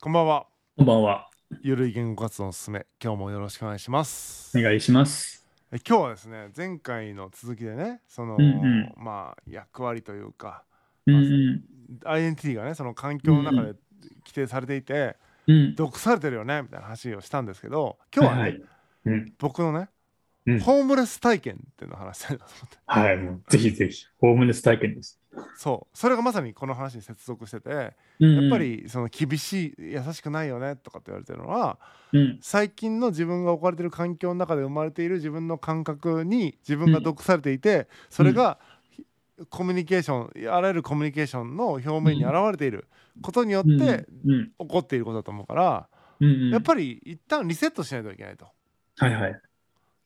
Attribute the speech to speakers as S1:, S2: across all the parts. S1: こんばんは。
S2: こんばんは。
S1: ゆるい言語活動のすすめ。今日もよろしくお願いします。
S2: お願いします。
S1: え今日はですね、前回の続きでね、その、
S2: うんうん
S1: まあ役割というか、
S2: うんうん。
S1: アイデンティティがね、その環境の中
S2: うんう
S1: で規定されていて、
S2: うん。
S1: 毒されてるよねみたいな話をしたんですけど、今日はね、
S2: いい。うん。
S1: 僕のね、
S2: うん
S1: ホームレス体験っていうのを話したいなと思って。
S2: はい。もうぜひぜひ。ホームレス体験です。
S1: そう、それがまさにこの話に接続してて、
S2: うんうん
S1: やっぱ。りその厳しい優しくないよねとかって言われてるのは
S2: うん。
S1: 最近の自分が置かれてる環境の中で生まれている自分の感覚に自分が毒されていて、それがひコミュニケーションあらゆるコミュニケーションの表面に現れていることによ
S2: うん
S1: って
S2: うん。
S1: 起こっていることだと思うから、
S2: うん。
S1: やっぱり一旦リセットしないといけないと。
S2: り。はいはい。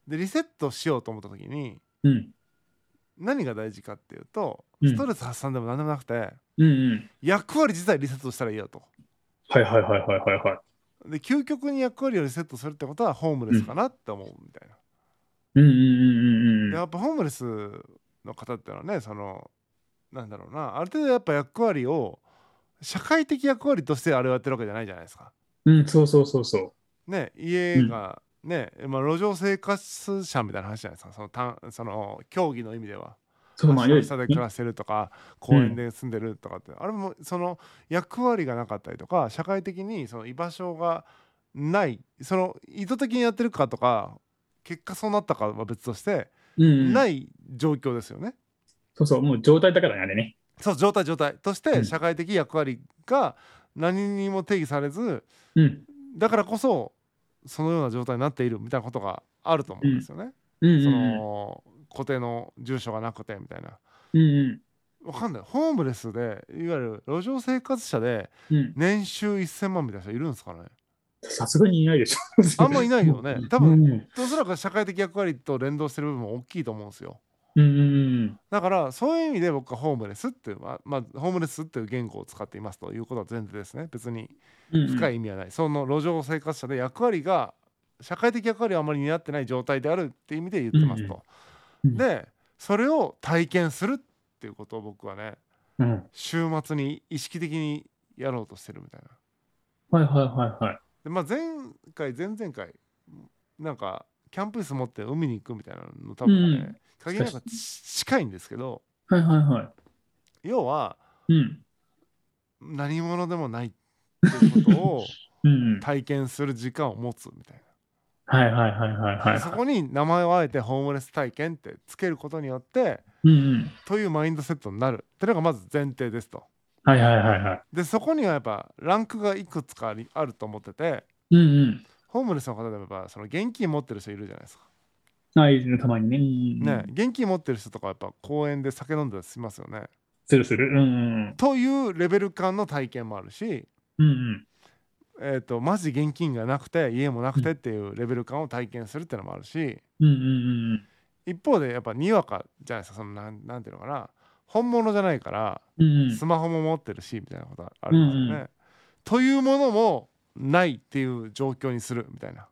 S1: でリセットしようと思った時に
S2: うん。
S1: 何が大事かっていうと
S2: うん
S1: ストレス発散でも何でもなくて、
S2: うんうん。
S1: 役割自体リセットしたらいいよと。
S2: はいはいはいはいはいは
S1: で究極に役割をリセットするってことはホームレスかなって思うみたいな。
S2: い。うんうんうんうん
S1: で
S2: うん。
S1: やっぱホームレスの方ってのはねそのなんだろうなある程度やっぱ役割を社会的役割としてあれをやってるわけじゃないじゃないですか。
S2: うん。そうそうそうそう。
S1: ね家がね、まあ、路上生活者みたいな話じゃないですかそのたんその競技の意味では。
S2: そう、まあ、いわゆる
S1: 下で暮らしてるとか公園で住んでるとかって、あれもその役割がなかったりとか社会的にその居場所がないその意図的にやってるかとか結果そうなったかは別として、
S2: うんうん。
S1: ない状況ですよね。
S2: そうそう。もう状態だからね、あれね。
S1: そう状態状態とし
S2: う
S1: て
S2: ん
S1: 社会的役割が何にも定義されず
S2: うん。
S1: だからこそそのような状態になっているみたいなことがあると思うんですよね。
S2: うんうん
S1: その固定の住所がなくてみたいな。
S2: うん。うん
S1: わかんないホームレスでいわゆる路上生活者で
S2: うん。うん。
S1: 年収1000万みたいな人いるんですかね
S2: さすがにいないでしょ。
S1: あんまいないよね多
S2: う
S1: 分
S2: んうん
S1: おそらく社会的役割と連動してる部分も大きいと思うんですよ
S2: うんうん。
S1: だからそういう意味で僕はホームレスっていうまあ、まあ、ホームレスっていう言語を使っていますということは前提ですね別に
S2: うん
S1: 深
S2: い。
S1: い意味はない、その路上生活者で役割が社会的役割をあまり担ってない状態であるっていう意味で言ってますと、
S2: うんうん
S1: でそれを体験するっていうことを僕はね
S2: うん。
S1: 週末に意識的にやろうとしてるみたいな。
S2: はいはいはいはい。
S1: でまあ、前回前々回なんかキャンプ椅子持って海に行くみたいなの多分ね、
S2: うん
S1: 限りなくち近いんですけど
S2: はいはいは。
S1: 要はい
S2: うん。
S1: 何者でもないっていうことを
S2: うんうん。
S1: 体験する時間を持つみたい
S2: はいはいはいはいはい
S1: なそ
S2: は
S1: こに名前をあえてホームレス体験ってつけることによって
S2: い。うんうん。
S1: というマインドセットになるってのがまず前提ですと。
S2: はいはいはいはい。
S1: でそこにはやっぱランクがいくつかありあると思ってて
S2: うん
S1: ホームレスの方でもやっぱその現金持ってる人いるじゃないですか。
S2: うん。あ、いるねたまにね。うんう
S1: ね、
S2: ん
S1: 現金持ってる人とかやっぱ公園で酒飲んだりしますよね。
S2: するする。うんうん。
S1: というレベル感の体験もあるし、
S2: うんうん。
S1: えー、とマジ現金がなくて家もなくてっていうレベル感を体験するってのもあるし
S2: うんうんうん。
S1: 一方でやっぱにわかじゃないですかそのなんなんていうのかな本物じゃないから
S2: うんうん。
S1: スマホも持ってるしみたいなことはあるんですよね。
S2: うんう
S1: というものもないっていう状況にするみたいな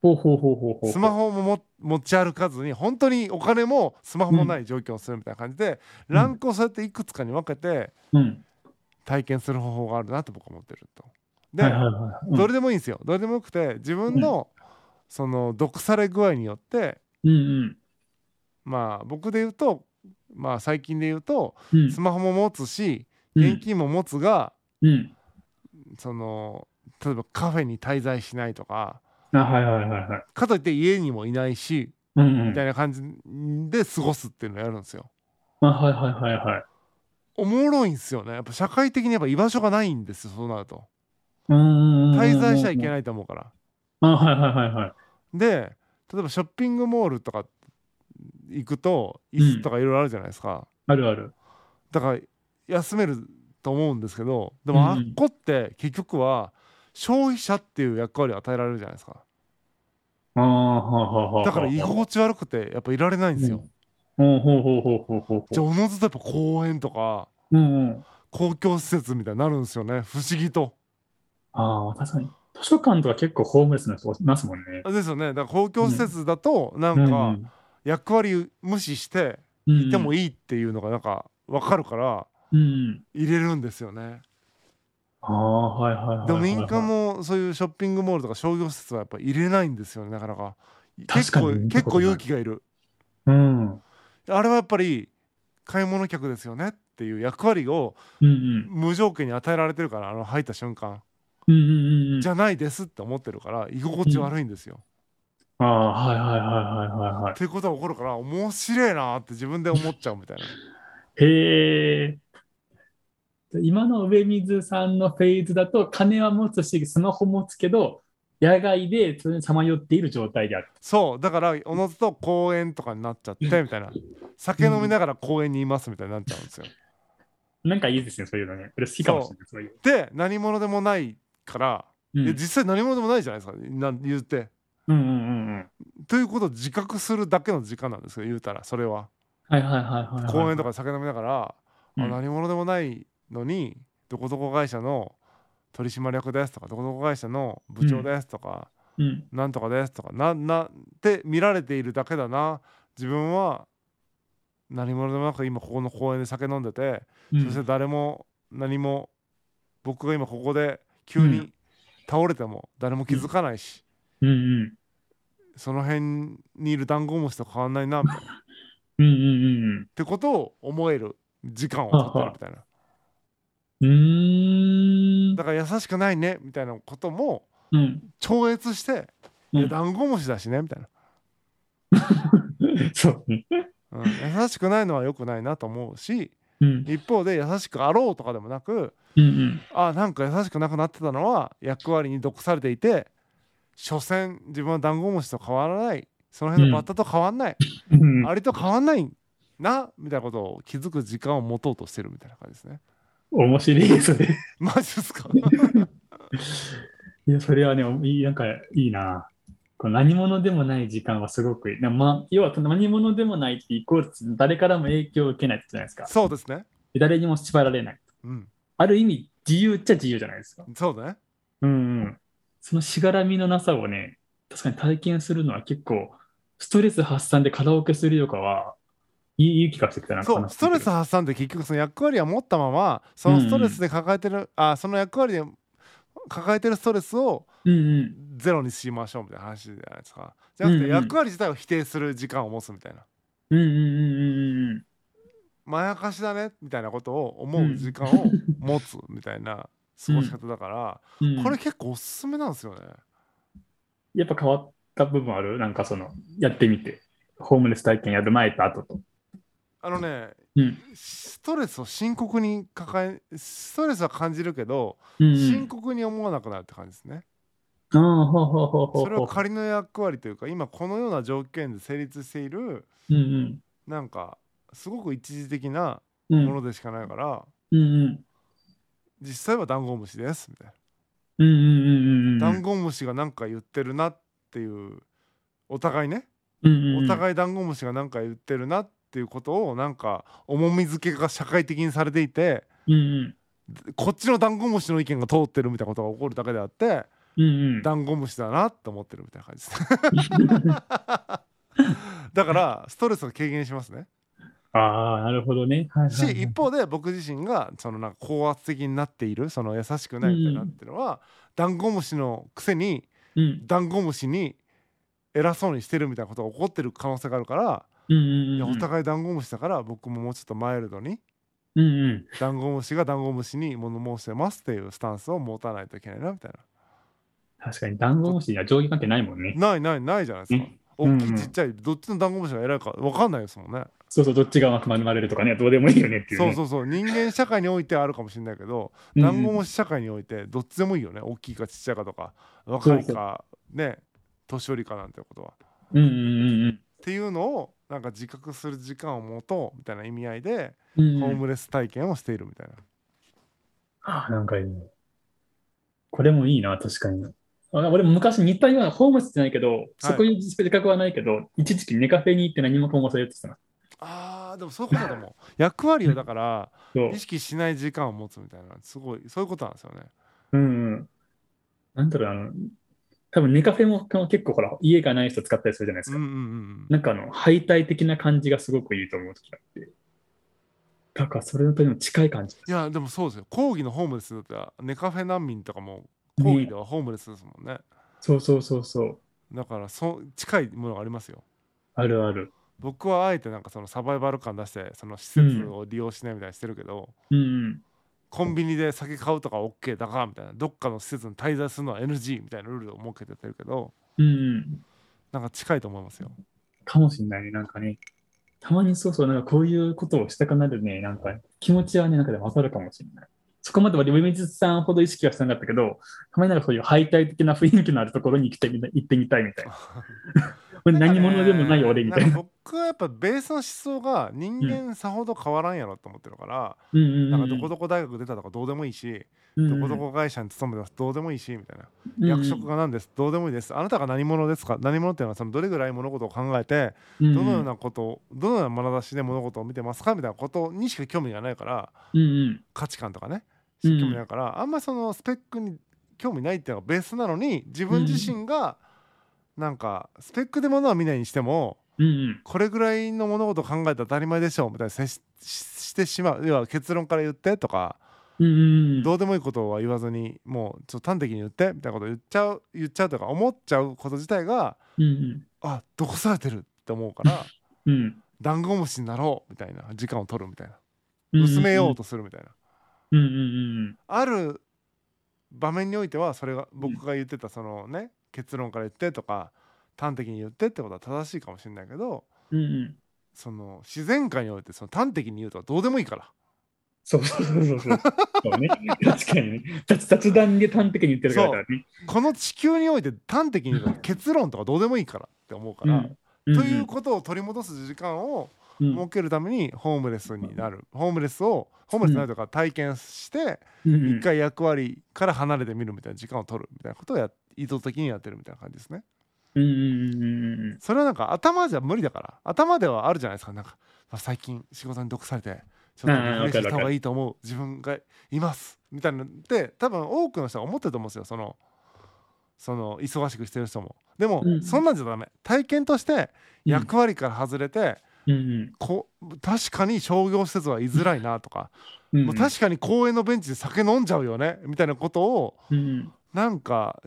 S2: ほうほうほうほうほう。
S1: スマ。ホもも持ち歩かずに本当にお金もスマホもない状況をするみたいな感じで、
S2: うん
S1: ランクをそうやっていくつかに分けて、
S2: うん。
S1: 体験する方法があるなと僕は思ってると。で、
S2: はいはいはい。
S1: どれでもいいんですよ。どれでもよくて自分の、その毒され具合によって
S2: うんうん
S1: まあ僕で言うとまあ最近で言うと
S2: うん。
S1: スマホも持つし
S2: うん
S1: 現金も持つが、
S2: うん。
S1: その例えばカフェに滞在しないとか
S2: あ、はいはいはいはい。
S1: かといって家にもいないし
S2: うんう
S1: み
S2: ん
S1: た。いな感じで過ごすっていうのをやるんですよ。
S2: あ、はいはいはいはい。
S1: おもろいんですよね。やっぱ社会的にやっぱ居場所がないんですよそうなると。
S2: うんうんうんうん。
S1: 滞在しちゃいけ
S2: い。
S1: ないと思うから。
S2: あ、はいはいはいはい。
S1: で例えばショッピングモールとか行くと
S2: ん
S1: 椅子とかいろいろあるじゃないですか、
S2: あるある。
S1: だから休めると思うんですけどで
S2: うん
S1: もあっこって結局は消費者っていう役割を与えられるじゃないですか
S2: ああ、はあはあはあ。
S1: だから居心地悪くてやっぱいられないんですよ、
S2: うん。ほうほうほうほうほう
S1: じゃあ
S2: ほ
S1: おのずとやっぱ公園とか
S2: う。うんうん。
S1: 公共施設みたいになるんですよね不思議と
S2: ああ、確かに。図書館とか結構ホームレスの人いますもんね。
S1: ですよねだから公共施設だとな
S2: うんう
S1: か役割無視して
S2: うん
S1: いてもいいっていうのがなんか分かるから
S2: うんうん。
S1: 入れるんですよね、
S2: ああ、はいはいはいはいはい。
S1: でも民間もそういうショッピングモールとか商業施設はやっぱ入れないんですよねなかなか結
S2: 確か
S1: 構
S2: に
S1: 結構勇気がいる
S2: うん。うん
S1: あれはやっぱり買い物客ですよねっていう役割を
S2: うん。
S1: 無条件に与えられてるからあの入った瞬間
S2: うんうんうん。
S1: じゃないですって思ってるから居心地悪いんですよ。
S2: ああ、はいはいはいはいはいはい
S1: っ。ていうことが起こるから面白いなーって自分で思っちゃうみたい な。
S2: へえ。今の上水さんのフェーズだと、金は持つし、スマホ持つけど、野外でそれにさまよっている状態である。
S1: そうだからおのずと公園とかになっちゃってみたいな酒飲みながら公園にいますみたいになっちゃうん ですよ。
S2: なんかいいですね、そういうのね。俺好きかもしれない、そういう。
S1: で何者でもないから、
S2: うん
S1: いや実際何者でもないじゃないですかなん言って。
S2: うんうんうんうん。
S1: ということを自覚するだけの時間なんですよ言うたらそれは。
S2: はいはいはいはい。
S1: 公園とか
S2: か。
S1: で酒飲みながら、あ
S2: うん
S1: 何者でもないのにどこどこ会社の取締役ですとかどこどこ会社の部長ですとか、
S2: うん。
S1: なんとかですとかななって見られているだけだな自分は何者でもなく今ここの公園で酒飲んでて、
S2: うん
S1: そして誰も何も僕が今ここで急
S2: う
S1: に倒れても誰も気づかないし、
S2: うんうん。
S1: その辺にいるダンゴムシと変わんないなみたいなっ
S2: うんうんうん
S1: てことを思える時間を取ってるみたい な。
S2: うん。うーん
S1: だから優しくないねみたいなことも
S2: うん。
S1: 超越して、
S2: うん
S1: いやダンゴムシだしねみたいな、
S2: そうね。
S1: うん、優しくないのは良くないなと思うし
S2: うん。
S1: 一方で優しくあろうとかでもなく
S2: うんうん。
S1: あなんか優しくなくなってたのは役割に毒されていて所詮自分はダンゴムシと変わらないその辺のバッタと変わんない、
S2: うん
S1: あれと変わんないなみたいなことを気づく時間を持とうとしてるみたいな感じですね。
S2: 面白いですね。
S1: マジですか
S2: いや、それはね、いい、なんかいいな。この何者でもない時間はすごくいい。なまあ、要は何者でもないってイコール誰からも影響を受けないってじゃないですか。
S1: そうですね。
S2: 誰にも縛られない。
S1: うん、
S2: ある意味、自由っちゃ自由じゃないですか。
S1: そうだね。
S2: うんうん。そのしがらみのなさをね、確かに体験するのは結構、ストレス発散でカラオケするよりかは、いい、いい気がしてきたな、
S1: そう
S2: 話
S1: ス
S2: 聞い
S1: ト
S2: て
S1: レ
S2: る
S1: ス発散って結局その役割は持ったままそのストレスで抱えてる、あその役割で抱えてるストレスを
S2: うんうん。
S1: ゼロにしましょうみたいな話じゃないですかじゃなくて
S2: うんうん
S1: 役割自体を否定する時間を持つみたいな
S2: うんうんうんうんうん。
S1: まやかしだねみたいなことを思う時間を持つみたいな過ごし方だから、
S2: うん
S1: これ結構おすすめなんですよね
S2: やっぱ変わった部分あるなんかその、やってみて。ホームレス体験やる前と後と。
S1: あのね
S2: うん。
S1: ストレスを深刻に抱えストレスは感じるけど
S2: うんう
S1: 深
S2: ん。
S1: 刻に思わなくなるって感じですね、
S2: ああ、ほうほうほうほう
S1: それは
S2: ほ
S1: 仮の役割というか今このような条件で成立している
S2: う。うん
S1: なんかすごく一時的な
S2: うん。うん
S1: ものでしかないから、
S2: うんうん。
S1: 実際はダンゴムシですみたい
S2: うんうんうんうん。
S1: な、ダンゴムシが何か言ってるなっていうお互いね、
S2: うんうんうん。
S1: お互いダンゴムシが何か言ってるなっていうことをなんか重み付けが社会的にされていて
S2: うん
S1: こっちのダンゴムシの意見が通ってるみたいなことが起こるだけであって
S2: うん。うんうん。
S1: ダンゴムシだなって思ってるみたいな感じですね だからストレスが軽減しますね
S2: ああ、なるほどね。はいはい
S1: し
S2: はい
S1: 一方で僕自身がそのなんか高圧的になっているその優しくないみたいになってるのは、ダンゴムシのくせに
S2: うん
S1: ダンゴムシに偉そうにしてるみたいなことが起こってる可能性があるから、
S2: うんうんうん。
S1: いやお互いダンゴムシだから僕ももうちょっとマイルドに
S2: うんうん。
S1: ダンゴムシがダンゴムシに物申してますっていうスタンスを持たないといけないなみたい
S2: 確かに、ダンゴムシには上下関係ないもんね。
S1: なないないないじゃないですか
S2: ね。
S1: 大き
S2: うんう
S1: い
S2: ん
S1: ちっちゃいどっちのダンゴムシが偉いか分かんないですもんね。
S2: そうそう、どっちが生まれるとかね、どうでもいいよねっていう
S1: そう
S2: ね。
S1: そうそう人間社会においてはあるかもしれないけど
S2: うん
S1: ダンゴムシ社会においてどっちでもいいよね大きいかちっちゃいかとか若い
S2: そう
S1: かね年寄りかなんてことは。っ
S2: うんうん
S1: ていうのをなんか自覚する時間を持とうみたいな意味合いで
S2: うんうん。
S1: ホ
S2: うんう
S1: ー
S2: ん
S1: ムレス体験をしているみたいな。
S2: ああ、なんかいいね。これもいいな、確かに。あ俺も昔似たような、ホームレスじゃないけど、そういう自覚はないけど、一時期ネカフェに行って何もかも忘れてたな。
S1: あーでもそういうことだと思う 役割をだから
S2: そう
S1: 意。識しない時間を持つみたいなすごいそういうことなんですよね。
S2: うんうん。なんだろう、あの、多分ネカフェも結構ほら、家がない人使ったりするじゃないです
S1: うんう
S2: か
S1: んうんうん
S2: なんかあの、敗退的な感じがすごくいいと思う時があって。だからそれだとでも近い感じ
S1: いやでもそうですよ講義のホームレスだったらネカフェ難民とかも講義ではホームレスですもんね
S2: そうそうそうそう
S1: だからそう近いものがありますよ
S2: あるある
S1: 僕はあえてなんかそのサバイバル感出してその施設を利用しないみたいにしてるけど、
S2: うんうん
S1: コンビニで酒買うとか OK だかみたいなどっかの施設に滞在するのは NG みたいなルールを設けてるけど
S2: うんうん
S1: なんか近いと思いますよ
S2: かもしんないねなんかねたまにそうそうなんかこういうことをしたくなるねなんか気持ちはねなんかでも勝るかもしれないそこまでは上水さんほど意識はしてなかったけどたまになんかそういう敗退的な雰囲気のあるところに来てみた行ってみたいみたいな何者でもない俺みたい
S1: ん
S2: な
S1: か僕はやっぱベースの思想が人間さほど変わらんやろと思ってるから、
S2: うんうんうん
S1: なんかどこどこ大学出たとかどうでもいいし、
S2: うんうん
S1: どこどこ会社に勤めてますどうでもいいしみたいな、
S2: うんうん
S1: 役職が何ですどうでもいいですあなたが何者ですか何者っていうのはそのどれぐらい物事を考えて
S2: うんうん
S1: どのようなことをどのような眼差しで物事を見てますかみたいなことにしか興味がないから
S2: うんうん
S1: 価値観とかね
S2: う
S1: 興
S2: ん
S1: 味ないから、あんまりそのスペックに興味ないっていうのがベースなのに自分自身がなんかスペックでものは見ないにしても
S2: うんうん
S1: これぐらいの物事を考えたら当たり前でしょみたいな接しししてしまう要は結論から言ってとか
S2: うんうん
S1: どうでもいいことは言わずにもうちょっと端的に言ってみたいなことを言っちゃう言っちゃうとか思っちゃうこと自体が
S2: うんうん
S1: あどこされてるって思う から
S2: うん
S1: ダンゴムシになろうみたいな時間を取るみたいな
S2: うん
S1: 薄めようとするみたいな。
S2: うんうん
S1: ある場面においてはそれが僕が言ってたそのね結論から言ってとか端的に言ってってことは正しいかもしれないけど
S2: うんうんうん
S1: その自然界においてその端的に言うとはどうでもいいから
S2: そうそうそうそうそう。そうね、確かにね。雑 雑談で端的に言ってるからね。
S1: この地球において端的に言うと結論とかどうでもいいからって思うから、
S2: うん
S1: ということを取り戻す時間を
S2: うん
S1: 設けるためにホームレスになる、ホームレスをホームレスになるとか体験して
S2: うんうん
S1: 一回役割から離れてみるみたいな時間を取るみたいなことをや意図的にやってるみたいな感じですね。
S2: うんうんうんうんうん
S1: それはなんか頭じゃ無理だから頭ではあるじゃないですかなんか、まあ、最近仕事に毒されてちょっとリフレッシュした方がいいと思う自分がいますみたいなのって多分多くの人は思ってると思うんですよそのその忙しくしてる人もでも、
S2: うん
S1: そんなんじゃダメ体験として役割から外れて、
S2: うん
S1: こ確かに商業施設は居づらいなとか、
S2: うん
S1: もう確かに公園のベンチで酒飲んじゃうよねみたいなことを
S2: うん
S1: なんか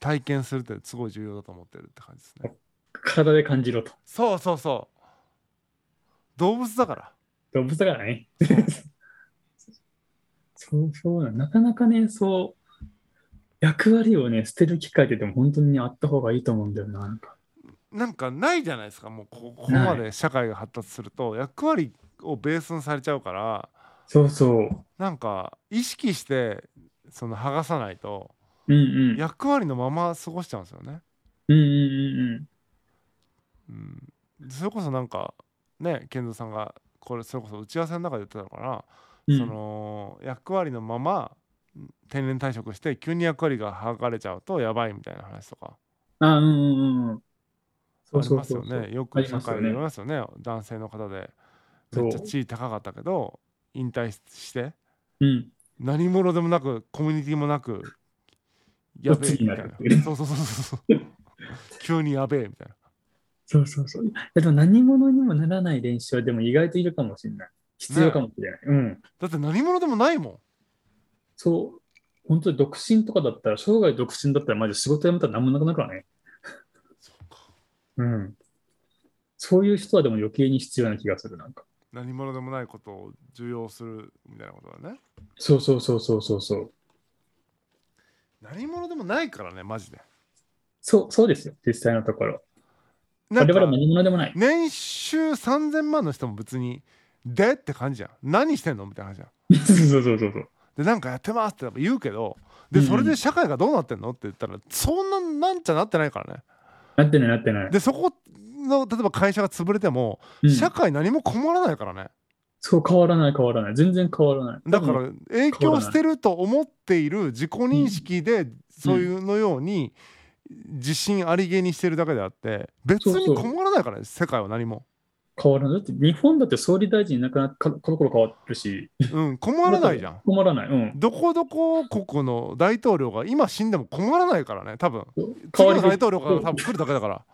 S1: 体験するってすごい重要だと思ってるって感じですね。
S2: 体で感じろと。
S1: そうそうそう動物だから
S2: 動物だからね。そうそうな。なかなかね、そう、役割をね、捨てる機会ってでも本当にあった方がいいと思うんだよな。なんか
S1: なんかないじゃないですかもうこここまで社会が発達すると役割をベースにされちゃうから
S2: そうそう。
S1: なんか意識してその剥がさないと
S2: うんうん。
S1: 役割のまま過ごしちゃうんですよね。
S2: うんうん
S1: うん、それこそなんかね健三さんがこれそれこそ打ち合わせの中で言ってたのかな、
S2: うんうん。
S1: その役割のまま定年退職して急に役割が剥がれちゃうとやばいみたいな話とか
S2: あ、うんうんうん。そ
S1: あ
S2: う
S1: り
S2: そう
S1: ます
S2: そ
S1: よ
S2: うそう。
S1: ね。よ
S2: あ
S1: く
S2: り
S1: 社
S2: ますよ
S1: 会
S2: ね
S1: でありますよね。男性の方で
S2: そう
S1: めっちゃ地位高かったけど引退して
S2: うん。
S1: 何者でもなくコミュニティもなくやべえみたい
S2: 鬱になる
S1: な
S2: っていうね。
S1: そうそうそうそう。 急にやべえみたいな。
S2: そうそうそう。いやでも何者にもならない練習はでも意外といるかもしれない。必要かもしれない。うん。
S1: だって何者でもないもん。
S2: そう。本当に独身とかだったら、生涯独身だったら、マジ仕事辞めたら何もなくなるからね。
S1: そうか。
S2: うん。そういう人はでも余計に必要な気がする、なんか。
S1: 何者でもないことを重要するみたいなことだね。
S2: そうそうそうそうそうそう。
S1: 何者でもないからねマジで。
S2: そう、そうですよ。実際のところ。
S1: な
S2: 我
S1: んか
S2: 々は何者でもない。
S1: 年収3000万の人も別にでって感じじゃん。何してんのみたいな話じゃん。
S2: そうそうそうそう。
S1: でなんかやってますってやっぱ言うけどで
S2: うん
S1: それで社会がどうなってんのって言ったらそんななんちゃなってないからね
S2: なってない、なってない。
S1: でそこの例えば会社が潰れても
S2: うん
S1: 社会何も困らないからね
S2: そう、変わらない、変わらない。全然変わらない。
S1: だか
S2: 多分、
S1: ら影響してると思っている自己認識でそういうのように自信ありげにしてるだけであって別
S2: そう
S1: に
S2: そう
S1: 困らないからね世界は何も
S2: 変わらない。だって、日本だって総理大臣なかなか、コロコロ変わってるし。
S1: うん困らないじゃん
S2: 困らない。うん。
S1: どこどこ国の大統領が今死んでも困らないからね多分
S2: 変
S1: 次
S2: わり
S1: の
S2: ぶ
S1: 大
S2: り
S1: 統領が多分来るだけだから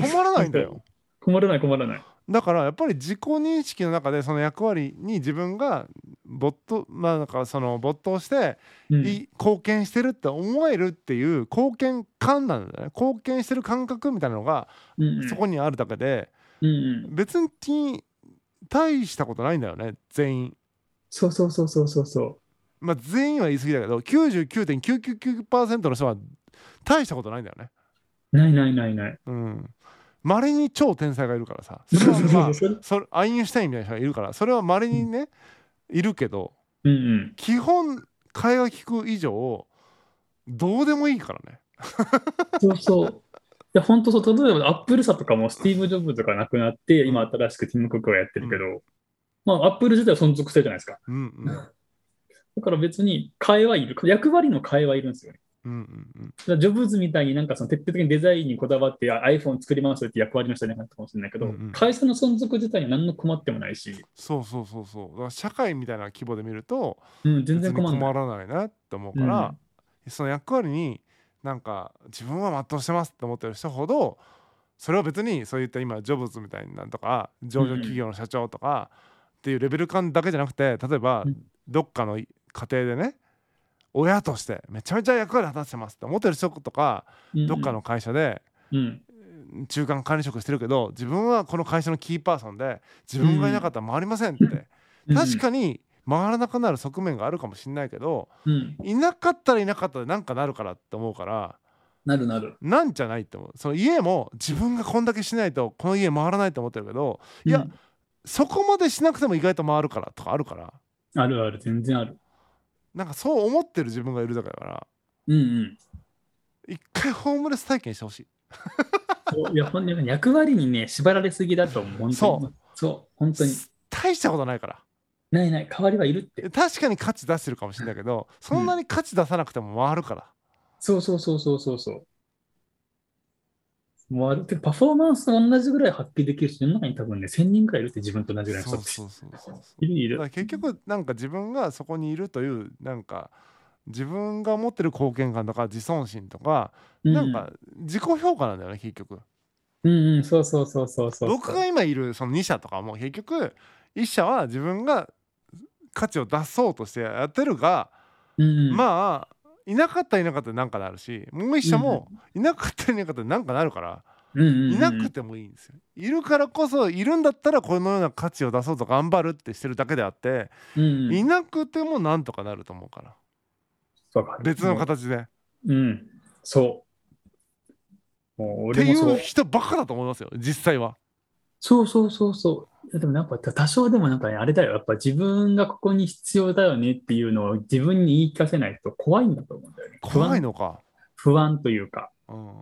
S1: 困らないんだよ
S2: 困らない、困らない。
S1: だからやっぱり自己認識の中でその役割に自分が没頭まあなんかその没頭して
S2: うん
S1: い貢献してるって思えるっていう貢献感なんだよね貢献してる感覚みたいなのが
S2: うん
S1: そこにあるだけで
S2: うんうん
S1: 別に大したことないんだよね全員。
S2: そうそうそうそうそうそう
S1: まあ、全員は言い過ぎだけど99.999%の人は大したことないんだよね。
S2: ないないないない。
S1: うん。稀に超天才がいるからさ。それ
S2: そう
S1: は
S2: そう
S1: ま
S2: そ
S1: あ
S2: う。それ
S1: それアインシュタインみたいな人がいるからそれはまれにね、いるけど
S2: うんうん。
S1: 基本会話聞く以上どうでもいいからね
S2: そうそう。いや、本当そう。例えば、アップル社とかもスティーブ・ジョブズが亡くなって、今新しくティム・クックがやってるけど、まあ、アップル自体は存続してるじゃないですか。
S1: うんうん
S2: だから別に、会話いる。役割の会話いるんですよね。
S1: うんうん
S2: だからジョブズみたいになんかその徹底的にデザインにこだわって、あ iPhone 作りますって役割の人じゃなかったかもしれないけど、
S1: うんうん
S2: 会社の存続自体には何の困ってもないし、
S1: そうそうそうそうだから社会みたいな規模で見ると
S2: うん、全然
S1: 別に
S2: 困らな
S1: 困ら
S2: い。
S1: ないなって思うから、その役割になんか自分は全うしてますって思ってる人ほどそれは別にそういった今ジョブズみたいになんとか上場企業の社長とかっていうレベル感だけじゃなくて例えば
S2: うん
S1: どっかの家庭でね親としてめちゃめちゃ役割果たしてますって思ってる人とか
S2: うん
S1: どっかの会社で
S2: うん。
S1: 中間管理職してるけど自分はこの会社のキーパーソンで自分がいなかったら回りませんって
S2: うん
S1: 確かに回らなくなる側面があるかもしれないけど
S2: うん。
S1: いなかったらいなかったでなんかなるからって思うから
S2: なるなる。
S1: なんじゃないって思うその家も自分がこんだけしないとこの家回らないと思ってるけどいや
S2: うん
S1: そこまでしなくても意外と回るからとかあるから
S2: あるある、全然ある。
S1: なんかそう思ってる自分がいるだけだから
S2: うんうん。
S1: 一回ホームレス体験してほしい
S2: そういや、ほんとに役割にね、縛られすぎだと思う。本当に
S1: そう。
S2: そう、本当に。
S1: 大したことないから
S2: ないない、代わりはいるって。
S1: 確かに価値出してるかもしれないけどそんなに価値出さなくても回るから、
S2: そうそうそうそうそうそう。もうある程度パフォーマンスと同じぐらい発揮できる人の中に多分ね、1000人くらいいるって自分と同じぐらいの
S1: そ
S2: 人
S1: う
S2: たち
S1: そうそうそうそう
S2: いるい
S1: だか
S2: る。
S1: ら結局なんか自分がそこにいるというなんか自分が持ってる貢献感とか自尊心とかなんか自己評価なんだよね結局
S2: うんうん、うん、そうそうそうそうそう。
S1: 僕が今いるその2社とかも結局1社は自分が価値を出そうとしてやってるが、
S2: うんうん、
S1: まあいなかったらいなかったでなんかなるしもう1社もいなかったらいなかったでなんかなるから、
S2: うんうんうん、
S1: いなくてもいいんですよ。いるからこそいるんだったらこのような価値を出そうと頑張るってしてるだけであって、
S2: うんうん、
S1: いなくてもなんとかなると思うから
S2: わかる
S1: 別の
S2: も
S1: 形で。
S2: ううん、そう。もう
S1: っ
S2: 俺
S1: てい
S2: もそう
S1: う人ばっかだと思いますよ実際は。
S2: そうそうそうそう。いやでもなんか多少でもなんかね、あれだよ。やっぱ自分がここに必要だよねっていうのを自分に言い聞かせないと怖いんだと思うんだよね。不安
S1: 怖いのか。
S2: 不安というか、
S1: うん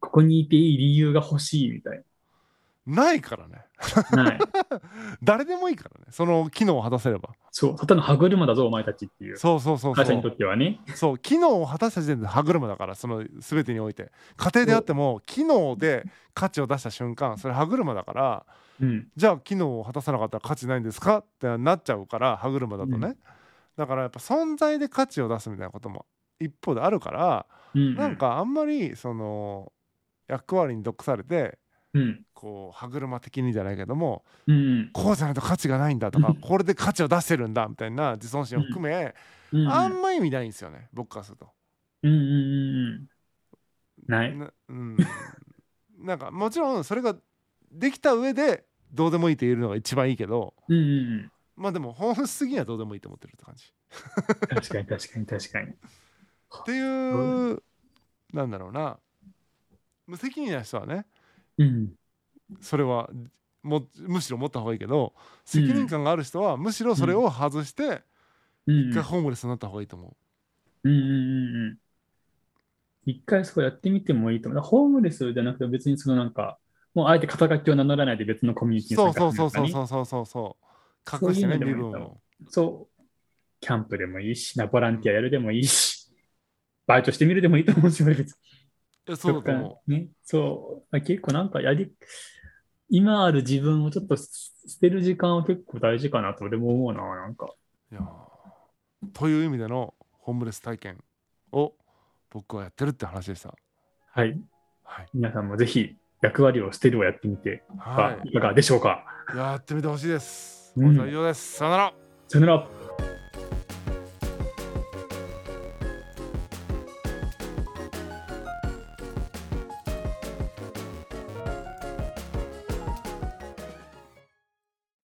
S2: ここにいていい理由が欲しいみたい
S1: ないからね
S2: な。ない。
S1: 誰でもいいからねその機能を果たせれば
S2: そう、ただの歯車だぞ、お前たちっていう。
S1: そうそうそうそ
S2: 会社にと
S1: う
S2: ってはね。
S1: そう機能を果たした時点で歯車だからその全てにおいて家庭であっても機能で価値を出した瞬間それ歯車だから
S2: うん。
S1: じゃあ機能を果たさなかったら価値ないんですかってなっちゃうから歯車だとね、
S2: う
S1: だからやっぱ存在で価値を出すみたいなことも一方であるから、
S2: うんうん
S1: なんかあんまりその役割に毒されて
S2: うん。
S1: こう歯車的にじゃないけども
S2: うん
S1: こうじゃないと価値がないんだとか
S2: うん
S1: これで価値を出してるんだみたいな自尊心を含め、
S2: うん。うん
S1: あんま意味ないんですよね僕からすると。
S2: うんうんうんうん。ない。
S1: なうん、なんかもちろんそれができた上でどうでもいいって言えるのが一番いいけど
S2: うんうんうん。
S1: まあでも本質的にはどうでもいいと思ってるって感じ。
S2: 確かに確かに確かに。
S1: っていうなんだろうな無責任な人はね
S2: うん。
S1: それはもむしろ持った方がいいけど責任感がある人はむしろそれを外して
S2: うんうん
S1: 一回ホームレスになった方がいいと思う。
S2: うんうんうんうん。一回そこやってみてもいいと思う。だからホームレスじゃなくて別にそのなんか、もうあえて肩書きを名乗らないで別のコミュニティ
S1: そ
S2: に
S1: うそうそうそう
S2: う。
S1: そうそうそうそう
S2: そう
S1: 隠
S2: い
S1: し
S2: う
S1: て
S2: の
S1: ね
S2: で
S1: 身
S2: もいいと思う
S1: 分を
S2: そう。キャンプでもいいし、なボランティアやるでもいいし、バイトしてみるでもいいと思うし、俺別に
S1: いやそうだと
S2: どっ
S1: 思
S2: かね、そう。結構なんかやり、今ある自分をちょっとす捨てる時間は結構大事かなと俺も思うな、なんか。
S1: ういやーという意味でのホームレス体験を僕はやってるって話でした
S2: はい。
S1: はい
S2: 皆さんもぜひ役割をしてるをやってみて
S1: は
S2: はいかがでしょうか。
S1: い、やってみてほしいです。
S2: う
S1: 本
S2: ん
S1: 日は以上です。さよなら。
S2: さよなら。